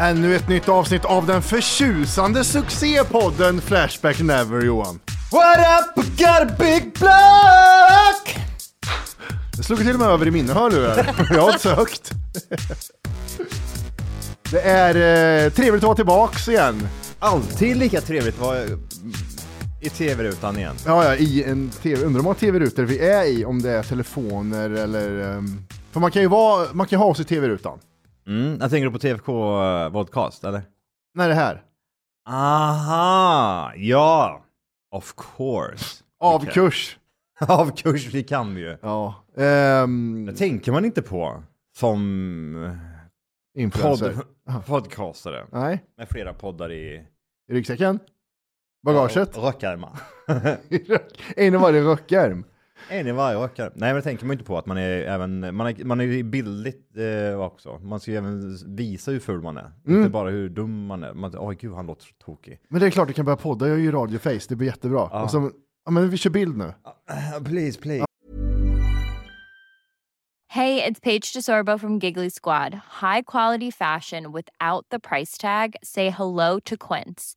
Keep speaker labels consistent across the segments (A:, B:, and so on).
A: Ännu ett nytt avsnitt av den förtjusande succépodden Flashback Never Johan.
B: What up, got big block!
A: Jag slog till och med över i minne, hör du det? Jag har inte sökt. Det är eh, trevligt att vara tillbaks igen.
B: Alltid lika trevligt att vara mm, i tv-rutan igen.
A: Ja, ja, i en TV. Undrar hur många TV-rutor vi är i, om det är telefoner eller... ehm, För man kan ju vara, man kan ju ha oss i TV-rutan.
B: Mm, jag tänker på TFK eh, Vodcast, eller?
A: När det här.
B: Aha, ja! Of course.
A: Avkurs.
B: Av kurs, vi kan vi ju.
A: Ja. Ehm,
B: Det tänker man inte på som eh,
A: influencer.
B: pod podcastare.
A: Nej.
B: Med flera poddar i
A: I ryggsäcken? Bagaget?
B: rökärmar.
A: en i varje röckärm.
B: En i varje rökare. Nej, men det tänker man ju inte på att man är även, man är, man är ju bildligt eh, också. Man ska ju även visa hur ful man är.
A: Mm.
B: Inte bara hur dum man är. Man, åh gud, han låter så tokig.
A: Men det är klart du kan börja podda, jag är ju radioface, det blir jättebra. Och så, ja men vi kör bild nu. ah,
B: Please, please.
C: Hey, it's Paige DeSorbo from Giggly Squad. High quality fashion without the price tag. Say hello to Quince.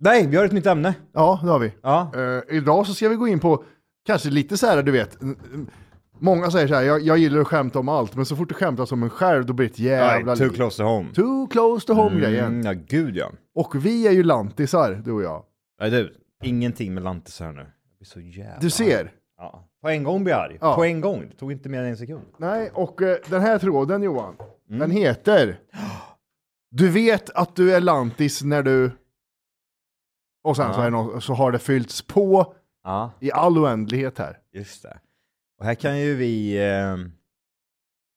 B: nej, vi har ett nytt ämne.
A: ja det har vi.
B: Ja.
A: Eh, idag så ska vi gå in på, kanske lite så här, du vet, n- n- många säger så här, jag, jag gillar att skämta om allt, men så fort du skämtar om en själv, då blir det ett jävla...
B: Right, too
A: liv.
B: close to home.
A: Too close to home-grejen.
B: Mm, ja, gud ja.
A: Och vi är ju lantisar, du och jag.
B: Nej, du, ingenting med lantis här nu. Jag blir så jävla
A: Du ser.
B: Ja. På en gång blir jag arg.
A: Ja.
B: På en gång. Det tog inte mer än en sekund.
A: Nej, och eh, den här tråden Johan,
B: Mm.
A: den heter Du vet att du är lantis när du... Och sen så, är det någon, så har det fyllts på
B: Ja,
A: i all oändlighet här.
B: just det. Och här kan ju vi... ehm,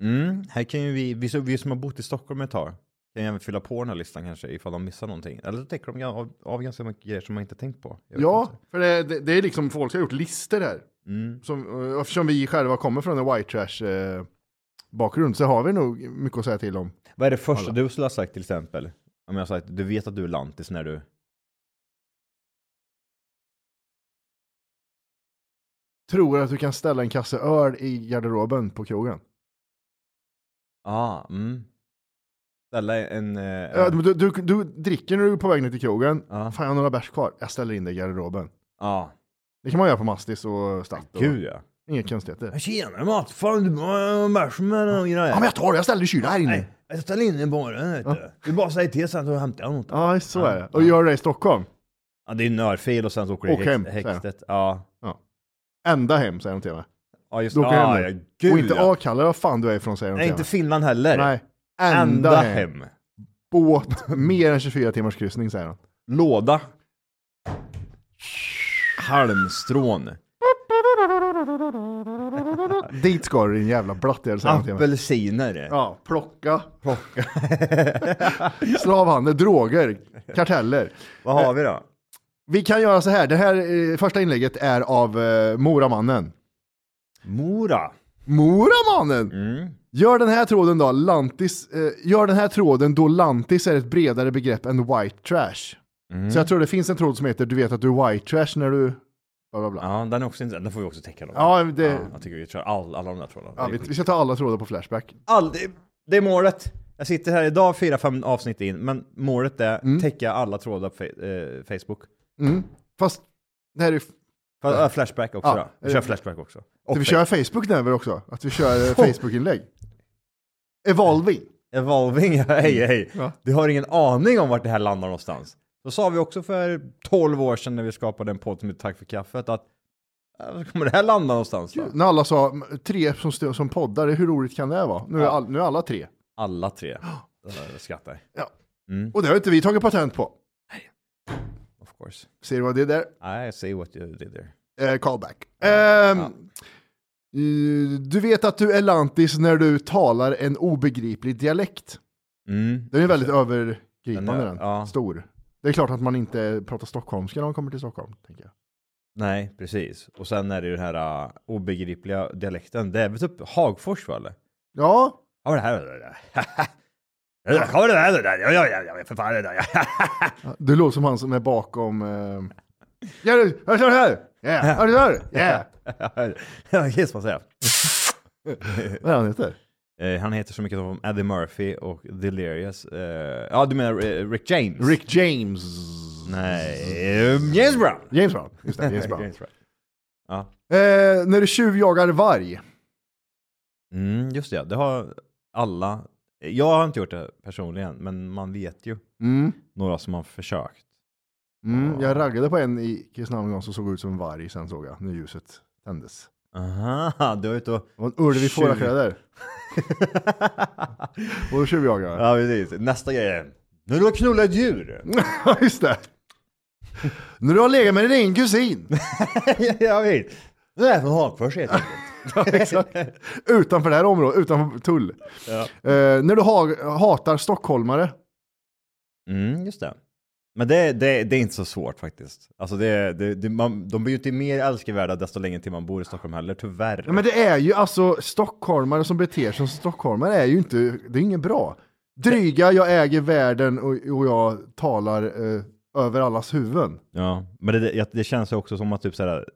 B: mm, här kan ju vi, vi, som- vi som har bott i Stockholm ett tag, kan ju även fylla på den här listan kanske ifall de missar någonting. Eller så täcker de av, av ganska mycket grejer som man inte tänkt på. Jag vet
A: Ja,
B: inte.
A: för det, det, det är liksom folk som har gjort listor här.
B: Mm.
A: Som, eh, eftersom vi själva kommer från en white trash eh, bakgrund så har vi nog mycket att säga till om.
B: Vad är det första du skulle ha sagt till exempel? Om jag har sagt du vet att du är lantis när du...
A: Tror att du kan ställa en kasse öl i garderoben på krogen?
B: Ja, mm. Ställa en... eh,
A: Ja. Du, du, du dricker när du är på väg ner till krogen.
B: Ja.
A: Fan, jag har några bärs kvar. Jag ställer in det i garderoben.
B: ja.
A: Det kan man göra på Mastis och Statt. och-
B: Gud ja.
A: Inga konstigheter.
B: Tjenare Mats, fan du har bärs med den
A: Ja, men jag tar det. Jag ställer i kylen här inne.
B: jag ställer in den i baren vet du. Du bara säger till sen så hämtar jag något.
A: Ja, så är det. Och gör det i Stockholm.
B: Ja, det är en örfil och sen så åker det i
A: Och
B: häx-
A: hem, säger
B: häktet. Ja.
A: Ända hem, säger de till mig.
B: ja, just
A: Då åker jag
B: ah,
A: hem
B: ja,
A: då.
B: gud
A: och inte
B: ja.
A: avkalla vad fan du är ifrån, säger de
B: Nej,
A: till
B: inte
A: mig.
B: Finland heller.
A: Nej, ända,
B: Ända
A: hem.
B: hem.
A: Båt, mer än 24 timmars kryssning, säger de.
B: Låda. Halmstrån.
A: Dit ska du din jävla blattjävel, säger de till mig.
B: Apelsiner.
A: Ja, plocka. Plocka. Slavhandel, droger, karteller.
B: Vad
A: eh,
B: har vi då?
A: Vi kan göra så här, det här eh, första inlägget är av eh, Moramannen.
B: Mora.
A: Moramannen!
B: Mm.
A: Gör den här tråden då, lantis, eh, gör den här tråden då lantis är ett bredare
B: Mm.
A: begrepp än white trash. Så jag tror det finns en tråd som heter du vet att du är white trash när du bla bla bla. Ja,
B: Ja, den är också intressant. Den får vi också täcka då.
A: det, ja,
B: jag tycker vi kör all, alla de där trådarna. Det är
A: vi,
B: skit.
A: vi ska ta alla trådar på Flashback.
B: All, det, det är målet. Jag sitter här idag, fyra, fem avsnitt in, men målet är täcka alla trådar på fe- eh, Facebook.
A: Mm. Fast det här är ju...
B: Fa- äh, Flashback också
A: Ja.
B: då. Vi kör Flashback också. Och
A: vi
B: fe-
A: kör Facebook nu också, att vi kör eh, Facebook-inlägg. Evolving.
B: Evolving, hej hej.
A: Ja.
B: Du har ingen aning om vart det här landar någonstans. Så sa vi också för 12 år sedan när vi skapade en podd som heter Tack för kaffet att äh, var kommer det här landa någonstans? Då?
A: När alla sa "M- tre som, stö- som poddar, hur roligt kan det här vara? Nu är, all, nu är alla tre.
B: Alla tre. Jag skrattar.
A: Ja.
B: Mm.
A: Och det har inte vi tagit patent på.
B: Of course.
A: Ser du vad det är där?
B: I see what you did there.
A: Eh, callback. Ehm, eh, Du vet att du är lantis när du talar en obegriplig dialekt.
B: Mm.
A: Den är väldigt övergripande
B: Den är-
A: den.
B: ja.
A: Stor. Det är klart att man inte pratar stockholmska när man kommer till Stockholm. Tänker jag.
B: Nej, precis. Och sen är det ju den här uh, obegripliga dialekten. Det är väl typ Hagfors va eller?
A: Ja,
B: Ja, men det här... det där. Ja, kommer det här det där? Ja, ja, ja, ja, för fan det där. ja.
A: du låter som han som är bakom... Eh... Ja, du, jag kör här! Ja, jag kör! Ja!
B: Ja, just vad säger
A: Vad är han heter?
B: jag. Eh, Han heter så mycket som Eddie Murphy och Delirious. Eh, Ja, du menar eh, Rick James?
A: Rick James.
B: Nej, eh, James Brown!
A: James Brown. Just det, James Brown.
B: James Brown. Ja,
A: eh, när du tjuvjagar varg.
B: mm, just det. Det har alla... Jag har inte gjort det personligen, men man vet ju
A: Mm.
B: några som har försökt.
A: Mm, jag raggade på en i Kristinehamn en gång som såg ut som en varg, sen såg jag när ljuset tändes.
B: Aha, du är ute och...
A: Det var en ulv i
B: Tjuv.
A: fårakläder. Och då tjuvjagade jag.
B: ja, precis. Nästa grej är... När du har knullat ett djur!
A: Ja, just det. När du har legat med din egen kusin
B: jag vet. Det är från Hagfors helt enkelt.
A: utanför det här området, utanför tull. Eh, när du ha hatar stockholmare.
B: mm, just det. Men det, det, det är inte så svårt faktiskt. Alltså det, det, det, man, de blir ju inte mer älskvärda desto längre till man bor i Stockholm heller, tyvärr.
A: Ja, men det är ju alltså stockholmare som beter sig som stockholmare är ju inte, det är inget bra. Dryga, jag äger världen och, och jag talar eh, över allas huvuden.
B: Ja, men det, det, det känns ju också som att typ så här,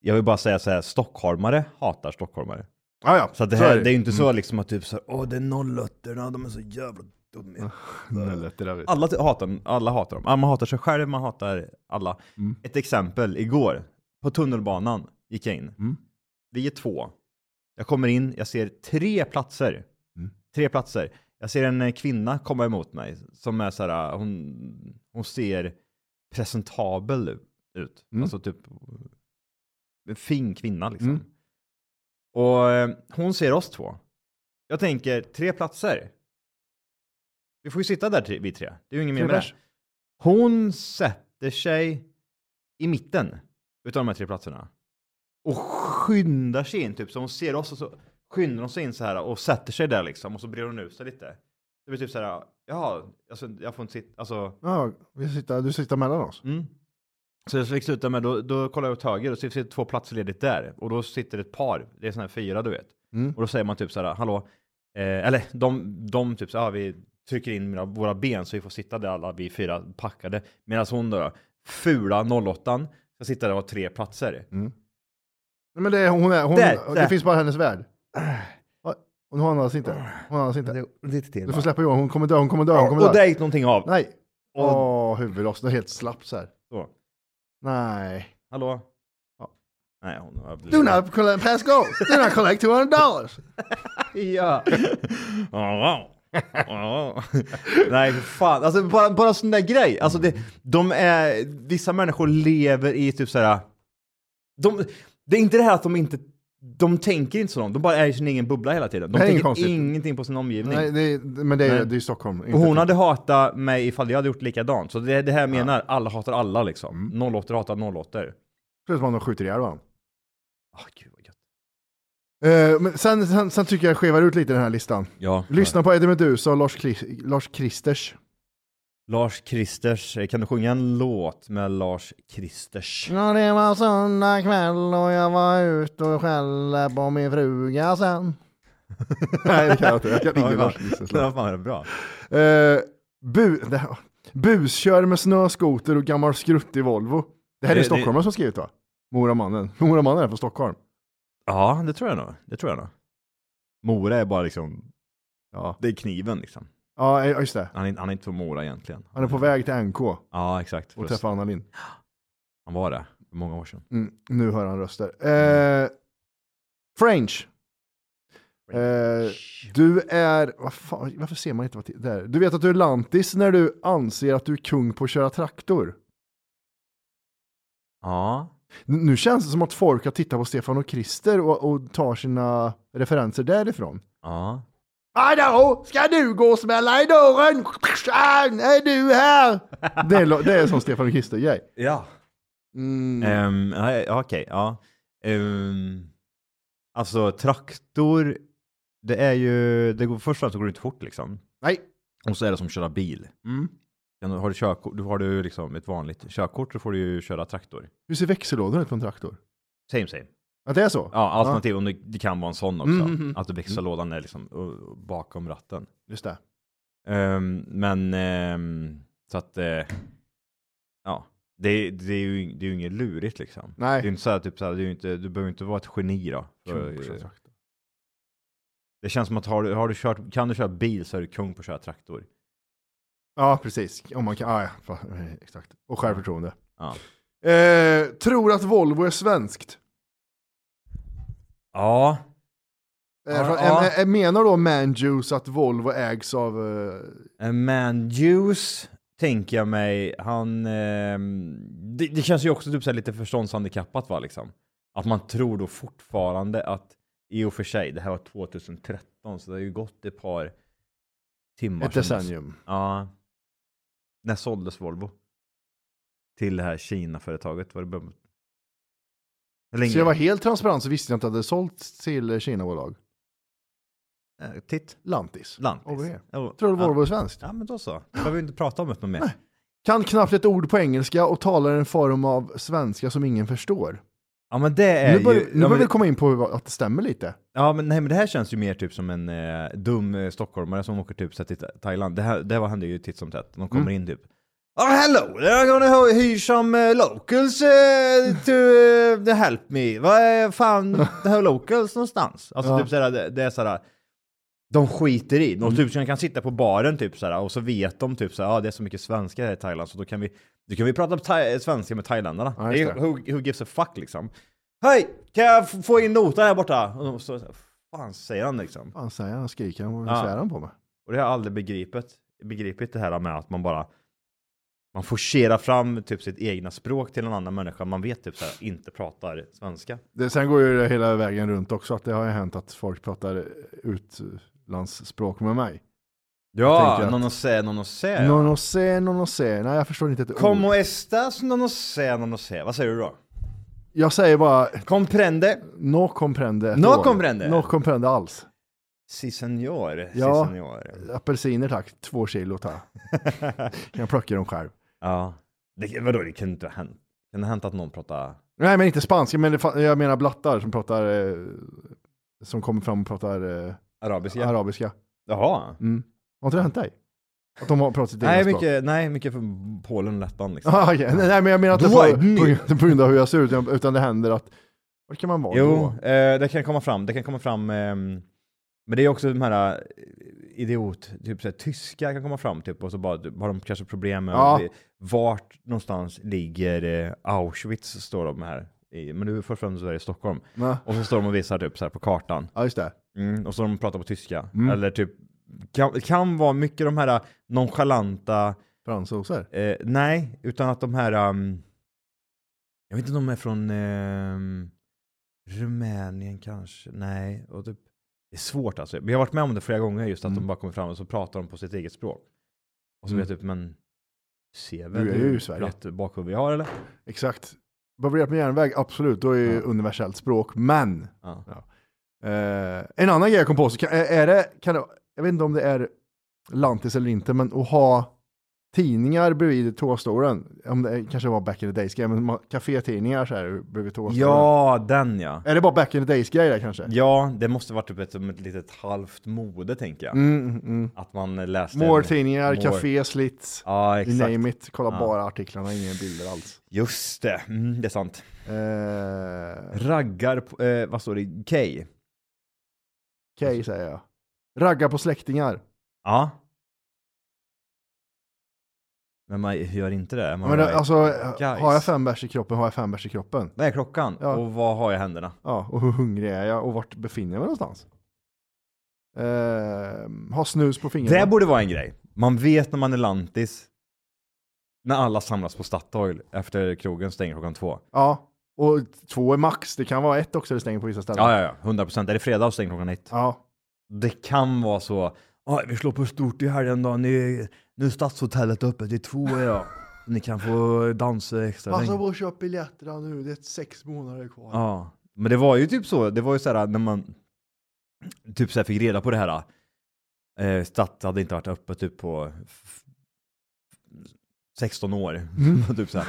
B: jag vill bara säga så här, stockholmare hatar stockholmare.
A: Ah, ja,
B: Så att det, här, det är ju inte så liksom att typ så här, åh det är nollötterna, de är så jävla dumma. Mm,
A: inte...
B: Alla ty- hatar, alla hatar dem. Ja, Man hatar sig själv, man hatar alla.
A: Mm.
B: Ett exempel, igår på tunnelbanan gick jag in.
A: Mm.
B: Vi är två. Jag kommer in, jag ser tre platser.
A: Mm.
B: Tre platser. Jag ser en eh, kvinna komma emot mig som är så här, eh, hon, hon ser presentabel ut.
A: Mm.
B: Alltså typ en fin kvinna liksom. Och eh, hon ser oss två. Jag tänker, tre platser. Vi får ju sitta där tre- vi tre. Det är ju ingen mer med det.
A: pers.
B: Hon sätter sig i mitten utav de här tre platserna. Och skyndar sig in, typ så hon ser oss och så skyndar hon sig in så här och sätter sig där liksom och så brer hon ut sig lite. Det blir typ så här, jaha, alltså, jag får inte sitta, alltså.
A: Ja, vi sitter, du sitter mellan oss.
B: Mm. Så jag fick sluta med, då, då kollar jag åt höger och så sitter två platser ledigt där. Och då sitter ett par, det är sådana här fyra du vet.
A: Mm.
B: Och då säger man typ så här, hallå, eh, eller de, de typ så här, ah, vi trycker in mina, våra ben så vi får sitta där alla vi fyra packade. Medan hon då, fula 08 ska sitta där och ha tre platser.
A: Mm. Nej, men det är, hon är, hon,
B: Där,
A: det
B: där. Äh.
A: finns bara hennes värld. Ja, Hon andas inte. Hon andas inte.
B: Lite till
A: Du får släppa Johan, hon kommer dö, hon kommer dö, hon kommer
B: Och
A: dö.
B: där gick någonting av.
A: Nej.
B: Och-
A: Åh, huvudrost, helt slapp så här.
B: Så,
A: Nej.
B: hallå?
A: Ja.
B: Nej, hon har blivit...
A: Do not collect, pass go! Do not collect 200 dollars!
B: Ja. Ja. Ja. Nej, för fan. Alltså bara, bara en sån där grej. Alltså det, de är, vissa människor lever i typ såhär, de, det är inte det här att de inte, de tänker inte så långt, de bara är i sin egen bubbla hela tiden. De
A: Det är inget
B: tänker
A: konstigt.
B: ingenting på sin omgivning.
A: Nej, det, är- men det är
B: Nej.
A: det är Stockholm.
B: och
A: inte-
B: hon hade hatat mig ifall jag hade gjort likadant. Så det är det här jag menar, alla hatar alla liksom.
A: Mm.
B: Nollåttor hatar nollåttor.
A: Förutom att de skjuter ihjäl varandra.
B: Ah, gud vad gött.
A: Eh, men sen, sen, sen tycker jag skevar ut lite den här listan.
B: Ja.
A: Lyssna på Eddie Meduza och Lars, Chris, Lars Kristers.
B: Lars Kristers, kan du sjunga en låt med Lars Kristers?
A: Ja, det var söndag kväll och jag var ute och skällde på min fruga sen. Nej, det kan jag inte. Jag kan ingen Lars Kristers
B: Det var
A: låt.
B: fan det bra.
A: Eh, bu, det här- Buskör med snöskoter och gammal skruttig Volvo. Det här är
B: Det-
A: stockholmare som skrivit va? Moramannen. Moramannen är från Stockholm.
B: Ja, det tror jag nog. Det tror jag nog. Mora är bara liksom,
A: Ja,
B: det är kniven liksom.
A: ja eh, just det.
B: Han är, han är inte från Mora egentligen.
A: Han är på väg till NK och
B: Ja, exakt. Just.
A: träffar Anna Lind.
B: Han var det för många år sedan.
A: Mm, nu hör han röster. Eh, French. Eh, du är, vad fan, varför ser man inte vad det är? Du vet att du är lantis när du anser att du är kung på att köra traktor.
B: Ja.
A: N- Nu känns det som att folk har tittat på Stefan och Christer och, och tar sina referenser därifrån.
B: Ja.
A: Hallå, ska du gå och smälla i dörren? Tjang, är du här? Det är, lo- det är som Stefan och Christer grej.
B: Ja.
A: Mm.
B: Ehm, nej, ja, Okej, ja. Ehm, alltså traktor, det är ju, det går, först och främst går det inte fort liksom.
A: Nej.
B: Och så är det som att köra bil.
A: Mm.
B: Ja, Har du, körkort, du har du liksom ett vanligt körkort så får du ju köra traktor.
A: Hur ser växellådan ut på en traktor?
B: Same same.
A: Att det är så?
B: Ja, alternativ om det, det kan vara en sån också.
A: Mm, mm, mm.
B: Att växellådan är liksom uh, bakom ratten.
A: Just det.
B: Ehm, men ehm, så att, eh, ja, det, det, är ju, det är ju inget lurigt liksom. Det är ju
A: Nej.
B: inte så här, typ så här, det är ju inte, du behöver inte vara ett geni då.
A: Kung på
B: För,
A: att köra
B: eh,
A: traktor.
B: det känns som att har du, har du kört, kan du köra bil så är du kung på att köra traktor.
A: Ja, precis. Om man kan, ah, ja, ja, fan, exakt. Och självförtroende.
B: Ja.
A: Eh, tror att Volvo är svenskt?
B: Ja,
A: Eh,
B: Ja,
A: från-
B: ja.
A: eh, eh, Menar då Manjuice att Volvo ägs av... Eh,
B: Eh, Man Juice tänker jag mig, han... ehm, det, det känns ju också typ så här lite förståndshandikappat va liksom. Att man tror då fortfarande att, i och för sig, det här var 2013 så det har ju gått ett par timmar.
A: ett
B: sedan dess.
A: decennium.
B: Ja. När såldes Volvo? Till det här Kina-företaget, var det början? Hur länge?
A: Så jag var helt transparent så visste jag inte att det hade sålts till eh, Kina-bolag.
B: Eh, Titt,
A: Lantis.
B: Lantis.
A: Over here.
B: Jo,
A: Tror du
B: ja.
A: Volvo är svenskt?
B: Ja men då så, då behöver vi inte prata om det mer.
A: Nej. Kan knappt ett ord på engelska och talar en form av svenska som ingen förstår.
B: Ja men det är
A: Nu börjar,
B: ju...
A: nu
B: ja,
A: börjar
B: men,
A: vi komma in på hur- att det stämmer lite.
B: Ja, men, nej, men det här känns ju mer typ som en eh, dum eh, stockholmare som åker typ så här, till Tha- Thailand. Det här, det här händer ju titt som tätt. De kommer
A: Mm.
B: in typ. Oh, hello, I'm gonna ho- hyr some eh, locals eh, to eh, help me. Vad är fan the här locals någonstans? Alltså
A: Ja. Mm.
B: typ såhär, det, det är såhär. De skiter i. De typ, så de kan sitta på baren typ såhär och så vet de typ såhär, ah, det är så mycket svenskar här i Thailand så då kan vi, då kan vi prata thai- svenska med thailändarna.
A: Ja,
B: det
A: just
B: är,
A: det.
B: who, who gives a fuck liksom. Hej! Kan jag f- få in notan här borta? Och de så, så, fan säger han liksom.
A: Fan säger han, skriker han,
B: Ja.
A: vad svär han på mig?
B: Och det har jag aldrig begripit, begripit det här med att man bara man forcerar fram typ sitt egna språk till en annan människa man vet typ så här, inte pratar svenska.
A: Det, sen går ju det hela vägen runt också, att det har ju hänt att folk pratar utlandsspråk med mig. Jag tänker
B: Ja,
A: att-
B: någon säger, någon säger.
A: Non och se, non och se. Nej, jag förstår inte ett
B: Como
A: ord.
B: estas, någon säger, någon säger. Vad säger du då?
A: Jag säger bara,
B: Comprende?
A: no comprende. ett
B: No
A: år.
B: comprende.
A: No comprende alls.
B: Si senor,
A: Ja.
B: si senor.
A: Apelsiner tack, två kilo tar jag. Jag plockar dem själv.
B: Ja. Det, vadå, det kan inte ha hänt. Kan det ha hänt att någon pratar...
A: Nej, men inte spanska, men det, fa- jag menar blattar som pratar, eh, som kommer fram och pratar eh,
B: Arabiska?
A: arabiska.
B: Jaha.
A: Mm. Har inte det hänt dig? Att de har pratat sitt
B: Nej
A: eget språk?
B: mycket, nej, mycket från Polen och Lettland liksom.
A: Ah, okej. Nej, nej, men jag menar inte
B: Då är ni-
A: på, på, på grund av hur jag ser ut, utan- utan det händer att, vad kan man vara
B: Jo,
A: då?
B: eh, det kan komma fram. Det kan komma fram ehm, men det är också de här eh, idiot, typ såhär, tyskar kan komma fram typ och så bara, har de kanske problem med
A: Ja.
B: vart någonstans ligger eh, Auschwitz står de här. I, men nu först och främst så är det i Stockholm.
A: Nej.
B: Och så står de och visar typ så här på kartan.
A: Ja, just det.
B: Mm, och så de pratar på tyska. Eller typ, kan, kan vara mycket de här eh, nonchalanta
A: Fransoser.
B: Eh, nej, utan att de här... ehm, jag vet inte om de är från ehm, Rumänien kanske. Nej, och typ, det är svårt alltså. Men jag har varit med om det flera gånger, just att de bara kommer fram och så pratar de på sitt eget språk. Och så
A: Mm.
B: blir jag typ, men ser väl
A: Du är ju i Sverige.
B: platt bakhuvud jag har eller?
A: Exakt. Babblerat med järnväg, absolut, då är ju
B: Ja.
A: universellt språk, men
B: Ja.
A: Eh, en annan grej jag kom på, så kan, är är det, kan det, jag vet inte om det är lantis eller inte, men att ha tidningar bredvid toastolen. Om det kanske var back in the days grej, men ma- kafétidningar så här bredvid toastolen.
B: Ja, den ja.
A: Är det bara back in the days grej där kanske?
B: Ja, det måste varit typ ett, som ett litet halvt mode tänker jag.
A: Mm, mm, mm.
B: Att man läste... en-
A: More tidningar,
B: More.
A: café, slits,
B: Ja,
A: you
B: exakt.
A: name it. Kolla
B: Ja.
A: bara artiklarna, inga bilder alls.
B: Just det, mm, det är sant.
A: Eh,
B: Raggar, på- eh, vad står det, K?
A: Okej, säger jag. Ragga på släktingar.
B: Ja. Men man gör inte det. Man
A: Men
B: bara,
A: alltså,
B: guys.
A: har jag fem bärs i kroppen, har jag fem bärs i kroppen?
B: Vad är klockan?
A: Ja.
B: Och vad har jag i händerna?
A: Ja, och hur hungrig är jag och vart befinner jag mig någonstans? Eh, ha snus på fingrarna.
B: Det borde vara en grej. Man vet när man är lantis. När alla samlas på Statoil efter krogen stänger klockan två.
A: Ja, och två är max. Det kan vara ett också det stänger på vissa ställen.
B: Ja, ja, ja. 100 procent. Är det fredag och stänger klockan ett?
A: Ja.
B: Det kan vara så. "Ja, vi slår på stort i helgen då. Nu, nu är Stadshotellet öppet i två ja. Ni kan få dansa extra
A: Passa
B: länge."
A: på att köpa biljetterna nu, det är sex månader kvar.
B: Ja, men det var ju typ så. Det var ju så här när man typ så här fick reda på det här. Eh, Statt hade inte varit öppet typ på f- 16 år. typ så här.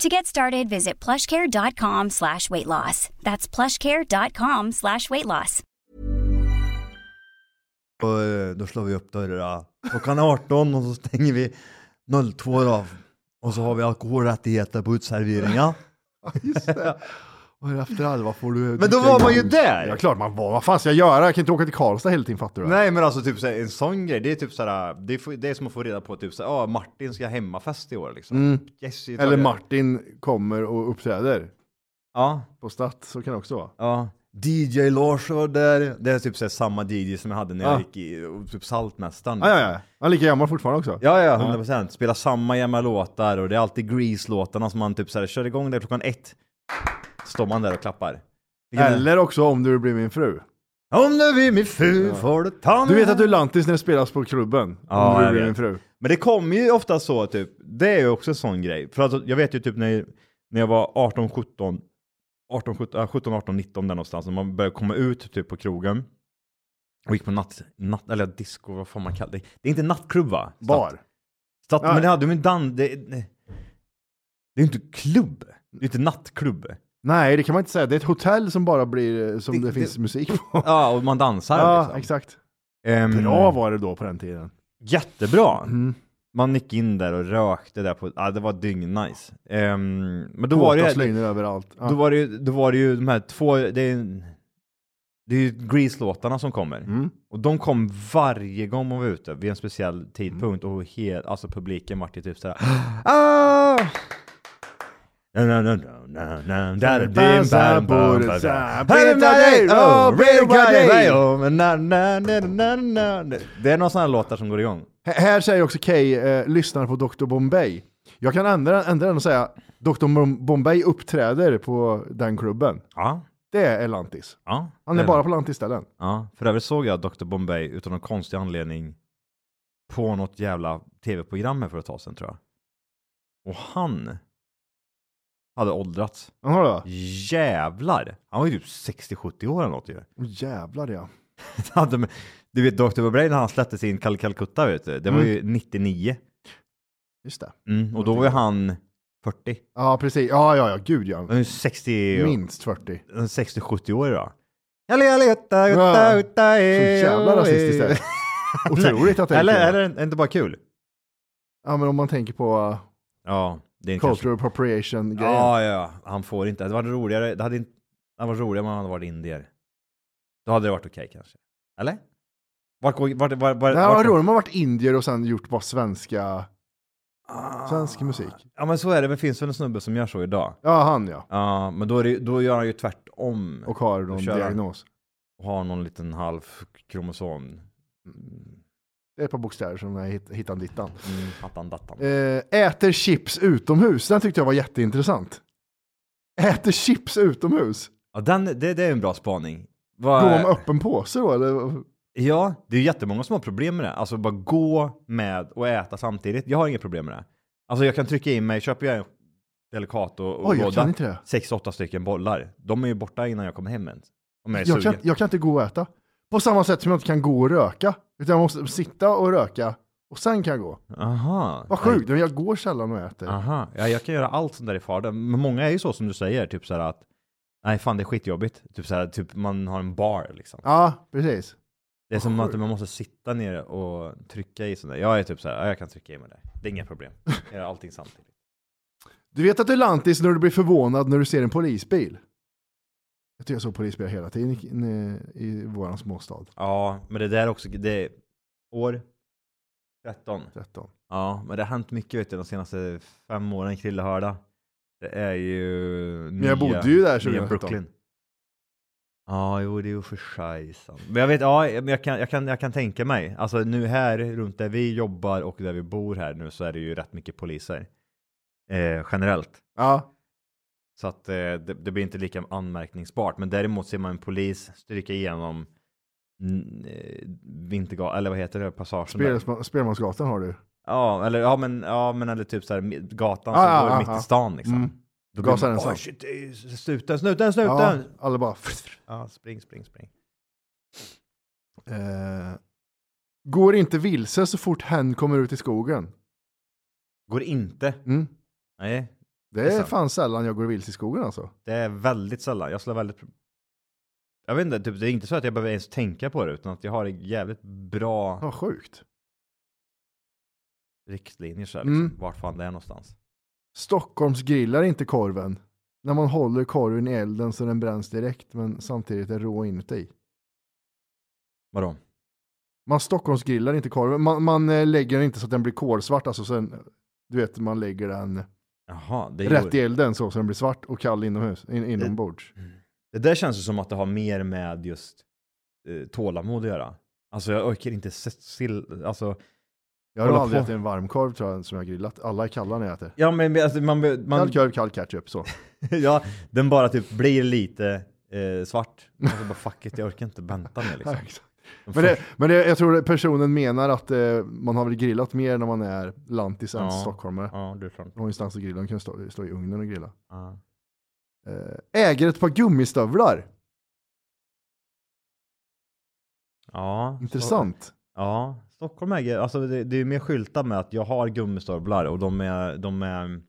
D: To get started, visit plushcare.com slash weight loss. That's plushcare.com slash weight loss.
B: Och eh, då slår vi upp dörrarna. Klockan är 18 och så stänger vi 02 då. Och så har vi alkoholrättigheter på utserveringar.
A: Just det. Och efter halva får du...
B: Men då var man ju där!
A: Ja, klart man var. Vad fan ska jag göra? Jag kan inte åka till Karlstad hela tiden, fattar du?
B: Nej men alltså typ så här, en sån grej, det är typ såhär, det är, det är som att få reda på typ såhär, ja Martin ska ha hemmafest i år liksom. Yes, vi tar
A: Eller
B: det.
A: Martin kommer och uppträder
B: Ja,
A: på Statt, så kan det också vara.
B: ja. DJ Lars var där, det är typ såhär, samma DJ som jag hade när jag
A: Ja.
B: gick i, och typ Saltmästaren.
A: Ja, ja, ja. Han är lika gammal fortfarande också.
B: Ja, ja, 100 procent. Spelar samma gamla låtar och det är alltid Grease-låtarna som man typ såhär, kör igång där klockan ett. Står man där och klappar. Vilken-
A: Eller också om du blir min fru.
B: Om du vill min fru får du ta
A: Du
B: mig.
A: vet att du är lantis när det spelas på klubben.
B: Ja,
A: om du
B: jag
A: blir
B: vet.
A: min fru.
B: Men det kommer ju ofta så typ, det är ju också en sån grej. För alltså, jag vet ju typ när, när jag var 18, 17, 18, 17, äh, 17 18, 19 där någonstans, när man började komma ut typ på krogen och gick på natt, natt eller disco, vad fan man kallar det. Det är inte nattklubb va? Statt-
A: Bar.
B: Statt,
A: Ja.
B: Men det hade ju en dans, det, nej. det är ju inte klubb. Det är inte nattklubb.
A: Nej, det kan man inte säga. Det är ett hotell som bara blir eh, som det,
B: Det- det-
A: finns musik på.
B: Ja, och man dansar
A: Ja,
B: liksom.
A: exakt.
B: Ehm,
A: Bra var det då på den tiden.
B: Jättebra!
A: Mm.
B: Man gick in där och rökte där på, ah, det var dyngnice. Ehm, men då var,
A: Våta
B: det, ju-
A: slynor överallt. Ja.
B: då, var det, ju- då var det ju de här två, det är, det är ju Grease-låtarna som kommer.
A: Mm.
B: Och de kom varje gång man var ute vid en speciell tidpunkt och hel, alltså publiken vart ju typ såhär ah! Na, na, na, na, na, na, da, da, dim, bam, bam, bam, bam. Oh, Brigadier, oh, na, na, na, na, na, na. Det är några sådana här låtar som går igång.
A: H- Här säger också Kay, eh, lyssnar på Dr. Bombay. Jag kan ändra, ändra den och säga Dr. Bom- Bombay uppträder på den klubben.
B: Ja,
A: Det är lantis.
B: ja. Eh.
A: Han är bara på lantisställen.
B: Ja, för övrigt såg jag Dr. Bombay utan någon konstig anledning på något jävla tv-program här för ett tag sedan tror jag. Och han hade åldrats.
A: Jaha då.
B: Jävlar! Han var ju typ 60-70 år eller något ju.
A: Åh jävlar ja.
B: Hade- Du vet Dr. Bombay när han släppte sin Kal Calcutta vet du, det var ju
A: Mm.
B: 99.
A: Just det.
B: Mm, och då var ju han 40.
A: Ja precis. Ja ja ja, gud ja.
B: Han är ju 60
A: Minst 40.
B: en 60-70 år idag. Jalle, jalle,
A: Ja.
B: jutta, jutta, jutta, eh,
A: Så jävla rasistiskt det är. Otroligt att tänka.
B: Eller, eller är det inte bara kul?
A: Ja men om man tänker på uh,
B: Ja, det är en
A: cultural appropriation grejen.
B: Ja, ja, ja, han får inte. Det var roligare. Det hade inte, Det var roligare om man hade varit indier. Då hade det varit okej kanske. Eller? Vart går... Vart, vart, vart,
A: Det här var
B: vart-
A: roligt om man varit indier och sen gjort bara svenska,
B: Ah.
A: svensk musik.
B: Ja men så är det, men finns väl en snubbe som gör så idag?
A: Ja, han ja.
B: Ja, men då, är det, ju- då gör han ju tvärtom.
A: Och har någon
B: kör han.
A: diagnos.
B: Och har någon liten halv kromosom. Mm,
A: Det är ett par bokstäver som är hit- hittan dittan.
B: Mm, hattan dattan.
A: Eh, äter chips utomhus. Den tyckte jag var jätteintressant. Äter chips utomhus?
B: Ja, den, det, det är en bra spaning.
A: Går
B: Vad-
A: man med öppen påse då eller?
B: Ja, det är ju jättemånga som har problem med det. Alltså bara gå med och äta samtidigt. Jag har inget problem med det. Alltså jag kan trycka in mig, köper jag en Delicato och
A: Oj, jag kan
B: Gouda,
A: inte det.
B: sex, åtta stycken bollar. De är ju borta innan jag kommer hem ens. Om jag är
A: Jag kan,
B: sugen.
A: jag kan inte gå och äta. På samma sätt som jag inte kan gå och röka. Utan jag måste sitta och röka och sen kan jag gå.
B: Aha.
A: Vad sjukt, men jag går sällan och äter.
B: Aha. Ja, jag kan göra allt sånt där i farten. Men många är ju så som du säger, typ så här att nej fan det är skitjobbigt. Typ så här, typ man har en bar liksom.
A: Ja, precis.
B: det är som
A: vad
B: att man måste sitta ner och trycka i sånt där. Jag är typ så här, ja, jag kan trycka i mig det. Det är inga problem. Jag gör allting samtidigt.
A: Du vet att du är lantis när du blir förvånad när du ser en polisbil? Jag tycker jag såg polisbilar hela tiden i, i, i vår småstad.
B: Ja, men det där också, det är år 13.
A: 13.
B: Ja, men det har hänt mycket vet du, de senaste fem åren, Krillehörda. Det är ju Men
A: jag bodde ju där 2013.
B: Brooklyn. Ja, jo det är ju för sig sant. Men jag vet, ja, men jag kan, jag, kan, jag kan tänka mig. Alltså nu här runt där vi jobbar och där vi bor här nu så är det ju rätt mycket poliser. Eh, generellt.
A: Ja,
B: Så att eh, det, det blir inte lika anmärkningsbart. Men däremot ser man en polis stryka igenom mm, eh, Vintergatan, eller vad heter det, passagen där.
A: Spelmans- Spelmansgatan har du.
B: Ja, eller, ja, men, ja, men eller typ så här mi- gatan
A: Ah,
B: som
A: ja,
B: går
A: ja,
B: mitt
A: ja.
B: i stan liksom.
A: Mm.
B: Då blir
A: Gasar
B: man,
A: den
B: "Oj,
A: så."
B: shit, det är s- snuten, snuten, snuten!
A: Ja,
B: Ja,
A: alla bara...
B: spring, spring, spring.
A: Eh, går inte vilse så fort hen kommer ut i skogen.
B: Går inte.
A: Mm.
B: Nej,
A: Det
B: Det är
A: är
B: sant.
A: fan sällan jag går vilse i skogen alltså.
B: det är väldigt sällan. Jag slår väldigt... Jag vet inte, typ, det är inte så att jag behöver ens tänka på det utan att jag har jävligt bra
A: Vad sjukt.
B: riktlinjer så här, liksom,
A: Mm.
B: vart fan det är någonstans.
A: Stockholms grillar inte korven. När man håller korven i elden så den bränns direkt men samtidigt är rå inuti.
B: Vadå?
A: Man Stockholmsgrillar inte korven. Man, man eh, lägger den inte så att den blir kolsvart. Alltså sen, du vet, man lägger den
B: Jaha, det,
A: rätt i
B: gör,
A: elden så, så den blir svart och kall inomhus, in, inombords.
B: det där känns ju som att det har mer med just eh, tålamod att göra. Alltså jag orkar inte se, sill- alltså,
A: Jag har
B: Hålla
A: aldrig
B: på.
A: ätit en varmkorv tror jag som jag har grillat. Alla är kalla när jag äter.
B: ja men alltså, man, be- man
A: Kall korv, kall ketchup, så.
B: ja, den bara typ blir lite eh, svart. Alltså bara fuck it, jag orkar inte vänta mer liksom.
A: men det, men det, jag tror att personen menar att eh, man har väl grillat mer när man är lantis än
B: Ja.
A: stockholmare.
B: Ja, du är sant.
A: Någonstans att grilla, de kan stå, stå i ugnen och grilla.
B: Ja.
A: Eh, äger ett par gummistövlar.
B: Ja,
A: Intressant.
B: Så, ja, Stockholm äger, alltså det, det är ju mer skyltat med att jag har gummistövlar och de är, de är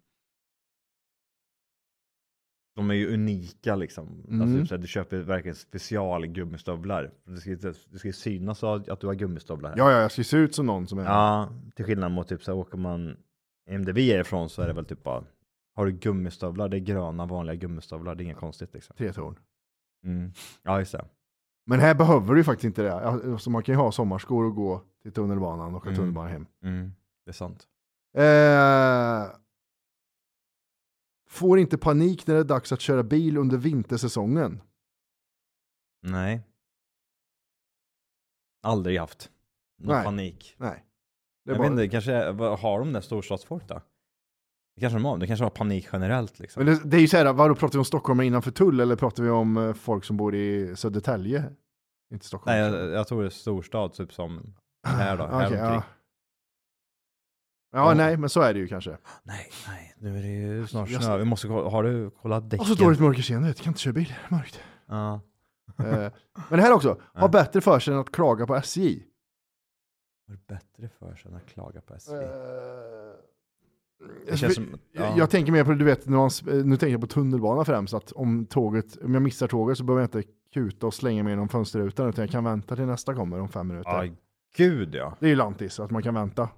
B: de är ju unika liksom. Alltså,
A: Mm.
B: typ så här, du köper verkligen special gummistövlar. Det ska, ju- det ska ju synas att att du har gummistövlar. här.
A: Ja, ja, jag ska ju se ut som någon som är...
B: Ja, till skillnad mot typ så här, åker man hem där vi är ifrån så är det väl typ bara har du gummistövlar, det är gröna vanliga gummistövlar, det är inget konstigt liksom.
A: Tre torn.
B: Mm. Ja, just det.
A: Men här behöver du ju faktiskt inte det. Alltså man kan ju ha sommarskor och gå till tunnelbanan och åka
B: Mm.
A: tunnelbana hem.
B: Mm. Det är sant.
A: Eh, får inte panik när det är dags att köra bil under vintersäsongen.
B: Nej. Aldrig haft någon
A: Nej.
B: panik.
A: Nej. Det är
B: Jag
A: bara...
B: vet inte, kanske, vad har de där storstadsfolk då? Det kanske de har, det kanske har panik generellt liksom.
A: Men det, det är ju så här, vadå, pratar vi om stockholmare innanför tull eller pratar vi om eh, folk som bor i Södertälje? Inte Stockholm.
B: Nej, jag, jag tror det är storstad typ som här då, här
A: Ah, Okej, ja.
B: omkring.
A: ja,
B: Ja.
A: nej, men så är det ju kanske.
B: Nej, nej, nu är det ju snart
A: Alltså, Jag-
B: snö. Vi måste kolla, har du kollat däcken?
A: Och så dåligt mörkerseende, jag kan inte köra bil, mörkt.
B: Ja.
A: Eh, men här också, ha
B: Ja.
A: bättre för sig än att klaga på SJ.
B: Har du bättre för sig än att klaga på SJ?
A: Det
B: Det känns som, ja.
A: Eh, alltså, Jag, jag tänker mer på, du vet, när man, s- eh, nu tänker jag på tunnelbanan främst, att om, tåget, om jag missar tåget så behöver jag inte kuta och slänga mig genom fönsterrutan, utan jag kan vänta till nästa kommer om fem minuter.
B: Ja, gud ja.
A: Det är ju lantis, att man kan vänta.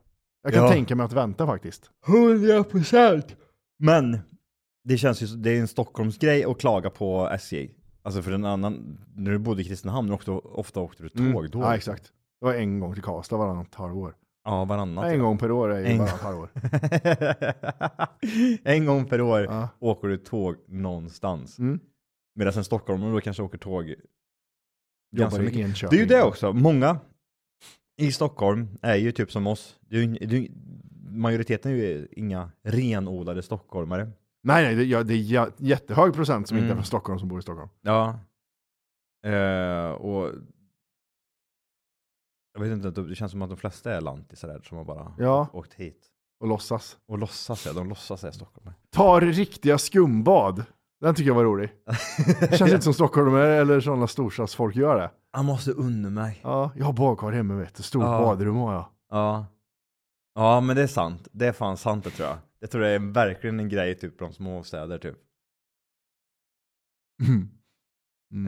A: Jag kan
B: Ja.
A: tänka mig att vänta faktiskt.
B: Hundra procent! Men det känns ju, som- det är en Stockholmsgrej att klaga på SJ. Alltså för en annan, när du bodde i Kristinehamn, du åkte, ofta åkte du tåg
A: Mm.
B: då.
A: Ja, exakt. Det var en gång till Karlstad varannat halvår.
B: Ja, varannat.
A: Nej, en gång per år är ju
B: En
A: varannat halvår.
B: en gång per år
A: Ja.
B: åker du tåg någonstans.
A: Mm.
B: Medan en stockholmare då kanske åker tåg
A: Jobbar
B: ganska mycket.
A: i Enköping.
B: Det är ju det också. Många i Stockholm är ju typ som oss. Det är ju, det är ju, majoriteten är ju inga renodlade stockholmare.
A: Nej, nej, det, ja, det är jä- jättehög procent som inte är
B: Mm.
A: från Stockholm som bor i Stockholm.
B: Ja. Eh, och jag vet inte, det känns som att de flesta är lantisar där som har bara
A: Ja.
B: åkt hit.
A: Och låtsas.
B: Och låtsas är, de låtsas är stockholmare.
A: Tar riktiga skumbad. Den tycker jag var rolig. Det känns inte som stockholmare eller sådana storstadsfolk gör det.
B: Jag måste unna mig.
A: Ja, jag har badkar hemma vet du. Stort
B: Ja.
A: badrum har jag.
B: Ja. Ja, men det är sant. Det är fan sant det tror jag. Jag tror det är verkligen en grej typ från små städer typ.
A: Mm.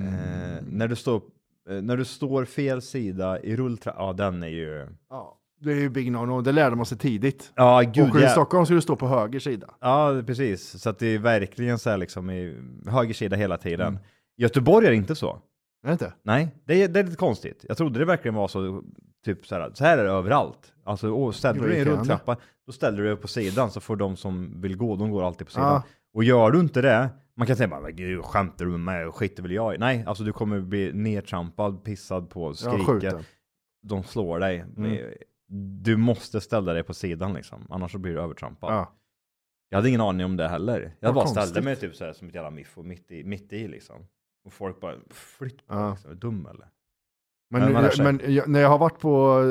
B: Eh, när, du står, eh, när du står fel sida i rulltra... Ja, den är ju...
A: Ja, det är ju big no-no. Det lärde man sig tidigt.
B: Ja, gud
A: Åker du i
B: jä-
A: Stockholm ska du stå på höger sida.
B: Ja, precis. Så att det är verkligen så här liksom i höger sida hela tiden. Göteborg är inte så.
A: Är det inte?
B: Nej, det är, det är lite konstigt. Jag trodde det verkligen var så, typ så här, så här är det överallt. Alltså, åh, ställer
A: Jo,
B: du dig i en
A: det kan.
B: rulltrappa, då ställer du dig på sidan så får de som vill gå, de går alltid på sidan.
A: Ja.
B: Och gör du inte det, man kan säga bara, "Men gud, skämtar du med mig? Skiter väl jag i? Nej, alltså du kommer bli nedtrampad, pissad på,
A: Jag har
B: skrika.
A: skjuten. Mm.
B: de slår dig. Du måste ställa dig på sidan liksom, annars så blir du övertrampad.
A: Ja.
B: Jag hade ingen aning om det heller. Jag
A: Vad
B: bara
A: konstigt.
B: ställde mig typ så här som ett jävla miffo mitt i, mitt i liksom. Och folk bara, flytt på
A: Ja.
B: liksom, är du dum eller?
A: Men,
B: Men man lär
A: men,
B: sig.
A: jag, när jag har varit på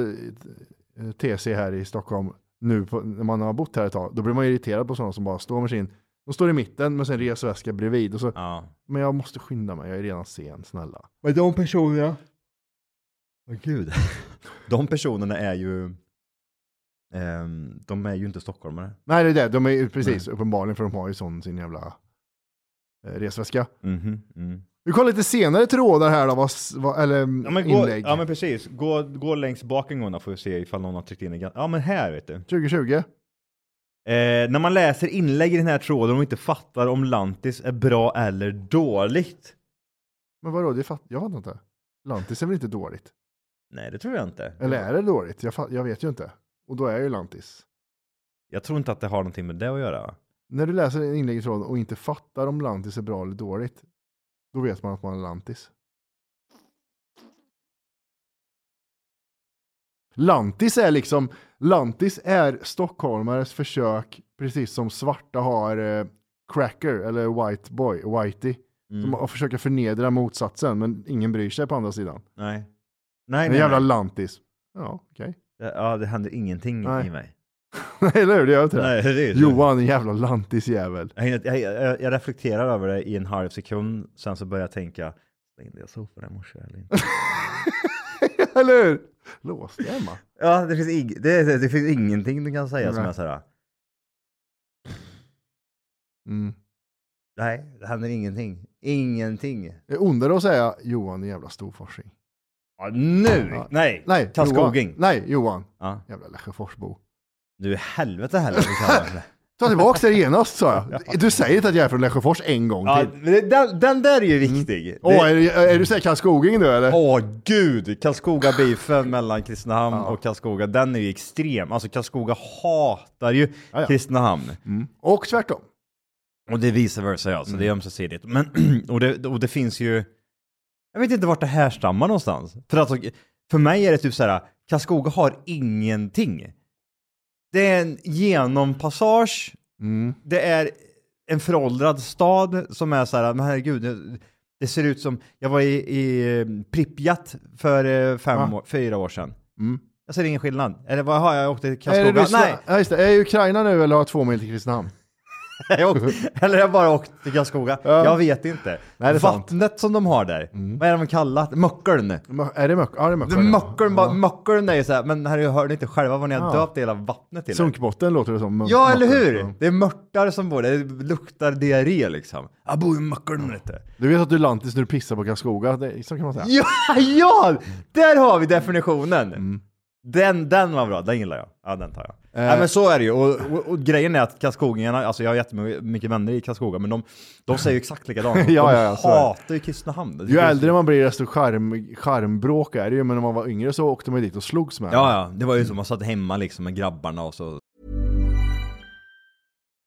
A: eh, TC här i Stockholm, nu på, när man har bott här ett tag, då blir man irriterad på sådana som bara står med sin, de står i mitten med sin resväska bredvid och så,
B: Ja.
A: men jag måste skynda mig, jag är redan sen, snälla.
B: Men de personerna... Åh gud. De personerna är ju... ehm, de är ju inte stockholmare.
A: Nej, det är det, de är ju precis, uppenbarligen, för de har ju sån sin jävla eh, resväska.
B: Mhm, mm.
A: Vi kollar lite senare trådar här då, vad, s- vad, eller mm,
B: Ja, men gå,
A: inlägg.
B: ja men precis, gå, gå längst bak en gång då får vi se ifall någon har tryckt in en gan- Ja men här vet du.
A: 2020.
B: Eh, när man läser inlägg i den här tråden och inte fattar om lantis är bra eller dåligt.
A: Men vadå, det fatt, jag fattar inte. Lantis är väl inte dåligt?
B: Nej det tror jag inte.
A: Eller är det dåligt? Jag, fatt, jag vet ju inte. Och då är jag ju lantis.
B: Jag tror inte att det har någonting med det att göra.
A: När du läser en inlägg i tråden och inte fattar om lantis är bra eller dåligt, då vet man att man är lantis. Lantis är liksom, lantis är stockholmares försök, precis som svarta har eh, cracker eller white boy, whitey,
B: Mm,
A: som har försöker förnedra motsatsen, men ingen bryr sig på andra sidan.
B: Nej. Nej,
A: En
B: nej,
A: jävla
B: nej.
A: lantis. Ja, okej.
B: Det- Ja, det händer ingenting
A: Nej.
B: i mig.
A: eller hur? Det gör inte det.
B: Nej, det är
A: Johan, en jävla lantisjävel.
B: Jag, hinner- jag, jag, jag reflekterar över det i en halv sekund, sen så börjar jag tänka, slängde jag soporna i morse eller inte?
A: eller hur? Låste jag Emma?
B: ja, det finns, ing, det, det, det finns ingenting du kan säga som
A: Nej.
B: är såhär,
A: Mm.
B: nej, det händer ingenting. Ingenting.
A: Jag undrar att säga Johan, en jävla storforsing.
B: Ja, nu!
A: Ja.
B: Nej!
A: Nej,
B: Karlskoging.
A: Johan. Nej, Johan.
B: Ja.
A: Jävla Lesjöforsbo.
B: Du, i helvete heller. du kan-
A: Ta tillbaka det genast sa jag. Du säger inte att jag är från Lesjöfors en gång
B: ja,
A: till.
B: men den, den där är ju viktig. Det-
A: Åh, är, du- är du säker Karlskoging nu eller?
B: Mm. Åh gud, Karlskoga-beefen mellan Kristinehamn och Karlskoga, den är ju extrem. Alltså Karlskoga hatar ju
A: Ja, ja.
B: Kristinehamn.
A: Mm. Och tvärtom.
B: Och det är vice versa ja, så det är
A: Mm.
B: ömsesidigt. Men, och, det, och det finns ju, jag vet inte vart det härstammar någonstans. För, alltså, för mig är det typ så här, Karlskoga har ingenting. Det är en genompassage,
A: Mm.
B: det är en föråldrad stad som är så här, men herregud, det- det ser ut som, jag var i, i eh, Pripyat för eh, fem,
A: Ja.
B: år, fyra år sedan.
A: Mm.
B: Jag ser ingen skillnad. Eller vad har jag åkt till
A: Är det
B: Karlskoga?
A: Ryssland?
B: Nej,
A: Ja, just det. Är jag i Ukraina nu eller har jag två mil till Kristinehamn?
B: jag åkt, eller jag bara åkt till Karlskoga.
A: Ja.
B: Jag vet inte.
A: Nej, det är sant.
B: Vattnet som de har där, vad är de kallat? Möckeln.
A: Mö- Är det Möck? Ja, det är Möck.
B: Möckeln, bara, möckeln är ju så här, men herregud, hör ni inte själva vad ni har
A: Ja.
B: döpt hela vattnet till?
A: Sunkbotten låter det som. Mö-
B: Ja, eller
A: Möckeln.
B: hur?
A: Ja.
B: Det är mörtar som bor där, det luktar diarré liksom. Jag bor i Möckeln vet du.
A: Du vet att du är lantis när du pissar på Karlskoga? Det, så kan man säga.
B: Ja, ja! Där har vi definitionen! Den, den var bra, den gillar jag. Ja, den tar jag.
A: Mm. Eh.
B: Nej men så är det ju, och, och, och grejen är att karlskogingarna, alltså jag har jättemycket vänner i Karlskoga, men de, de säger ju exakt likadant.
A: Ja,
B: de
A: ja, ja, så är det.
B: hatar ju Kristinehamn. Det
A: Ju
B: tycker jag är
A: äldre
B: så-
A: man blir desto charm, charmbråk är det ju, men när man var yngre så åkte man ju dit och slogs med
B: Ja, ja, det var ju så, man satt hemma liksom med grabbarna och så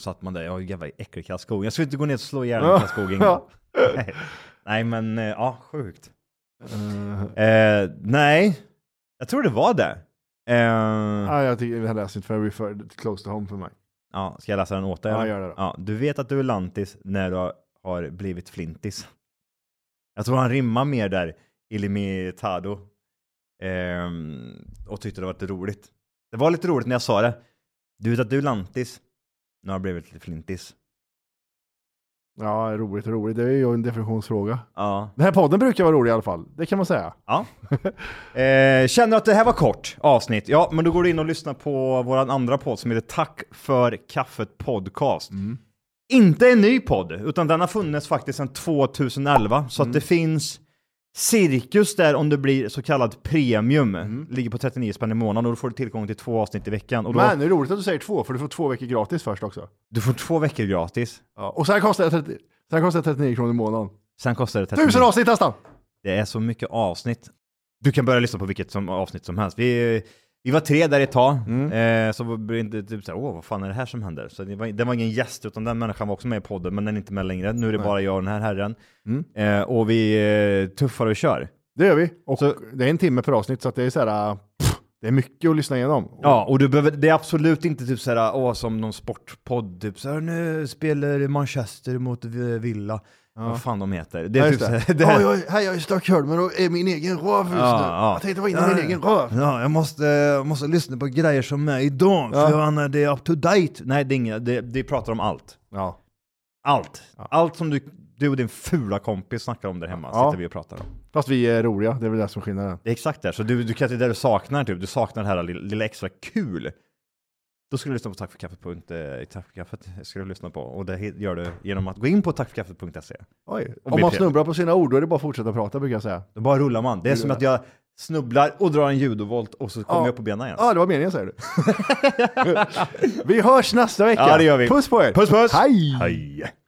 B: satt man där, ja jävla äcklig Karlskoga. Jag skulle inte gå ner och slå ihjäl en Karlskoging.
A: Ja.
B: Nej. nej men, eh, ja sjukt. Eh, nej, jag tror det var det. Eh,
A: Ja, jag tycker det här läser inte för jag blir för close to home för mig.
B: ja, ska jag läsa den åt dig?
A: Ja,
B: eller?
A: gör det då.
B: Ja, du vet att du är lantis när du har- har blivit flintis. Jag tror han rimmar mer där, ilimitado. Eh, och tyckte det var lite roligt. Det var lite roligt när jag sa det. Du vet att du är lantis när du har blivit lite flintis.
A: Ja, roligt och roligt, det är ju en definitionsfråga.
B: Ja.
A: Den här podden brukar vara rolig i alla fall, det kan man säga.
B: Ja. Eh, känner du att det här var kort avsnitt? Ja, men då går du in och lyssnar på vår andra podd som heter Tack för kaffet podcast.
A: Mm.
B: Inte en ny podd, utan den har funnits faktiskt sedan 2011, så
A: Mm.
B: att det finns cirkus där om du blir så kallad premium.
A: Mm.
B: Ligger på 39 spänn i månaden och då får du tillgång till två avsnitt i veckan. Och då,
A: Men det är roligt att du säger två, för du får två veckor gratis först också.
B: Du får två veckor gratis.
A: Ja. Och sen kostar, det 30, sen kostar det 39 kronor i månaden.
B: Sen kostar det 39
A: Tusen avsnitt nästan!
B: Det är så mycket avsnitt. Du kan börja lyssna på vilket som, avsnitt som helst. Vi, vi var tre där ett tag,
A: Mm.
B: eh, så blev det inte typ såhär, åh vad fan är det här som händer? Så det var, det var ingen gäst, utan den människan var också med i podden, men den är inte med längre. Nu är det bara jag och den här herren.
A: Mm.
B: Eh, och vi eh, tuffar och kör.
A: Det gör vi. Och
B: Så-
A: det är en timme per avsnitt, så att det är så här, äh, pff, det är mycket att lyssna igenom. Och-
B: Ja, och du behöver, det är absolut inte typ såhär, åh som någon sportpodd, typ såhär, nu spelar Manchester mot V- Villa. Vad fan de heter. Det är
A: Ja,
B: typ
A: just
B: såhär,
A: det.
B: det
A: Ja, jag, är- hej, jag är i Stockholm och är min egen röv just nu. Jag tänkte vara inne i min egen röv.
B: Ja, jag måste, jag måste lyssna på grejer som är idag, för annars är det up to date. Nej, det är inga, det, det pratar om allt.
A: Ja.
B: Allt. Allt som du, du och din fula kompis snackar om där hemma,
A: Ja.
B: sitter vi och pratar om.
A: Fast vi är roliga, det är väl det som är skillnaden.
B: Det är exakt det. Så du, du kanske det är det du saknar, typ. Du saknar det här lilla, lilla extra kul. Då skulle du lyssna på Tack för kaffet. punkt, eh, Tack för kaffet skulle du lyssna på. Och det he- gör du genom att gå in på tackforkaffet.se.
A: Oj.
B: blir
A: Om man
B: trevlig.
A: snubblar på sina ord, då är det bara att fortsätta prata brukar jag säga.
B: Då bara rullar man. Det är som att jag snubblar och drar en judovolt och så kommer
A: Ja.
B: jag upp på benen igen.
A: Ja, det var meningen säger du. vi hörs nästa vecka.
B: Ja, det gör vi.
A: Puss på er.
B: Puss puss!
A: Hej!
B: Hej.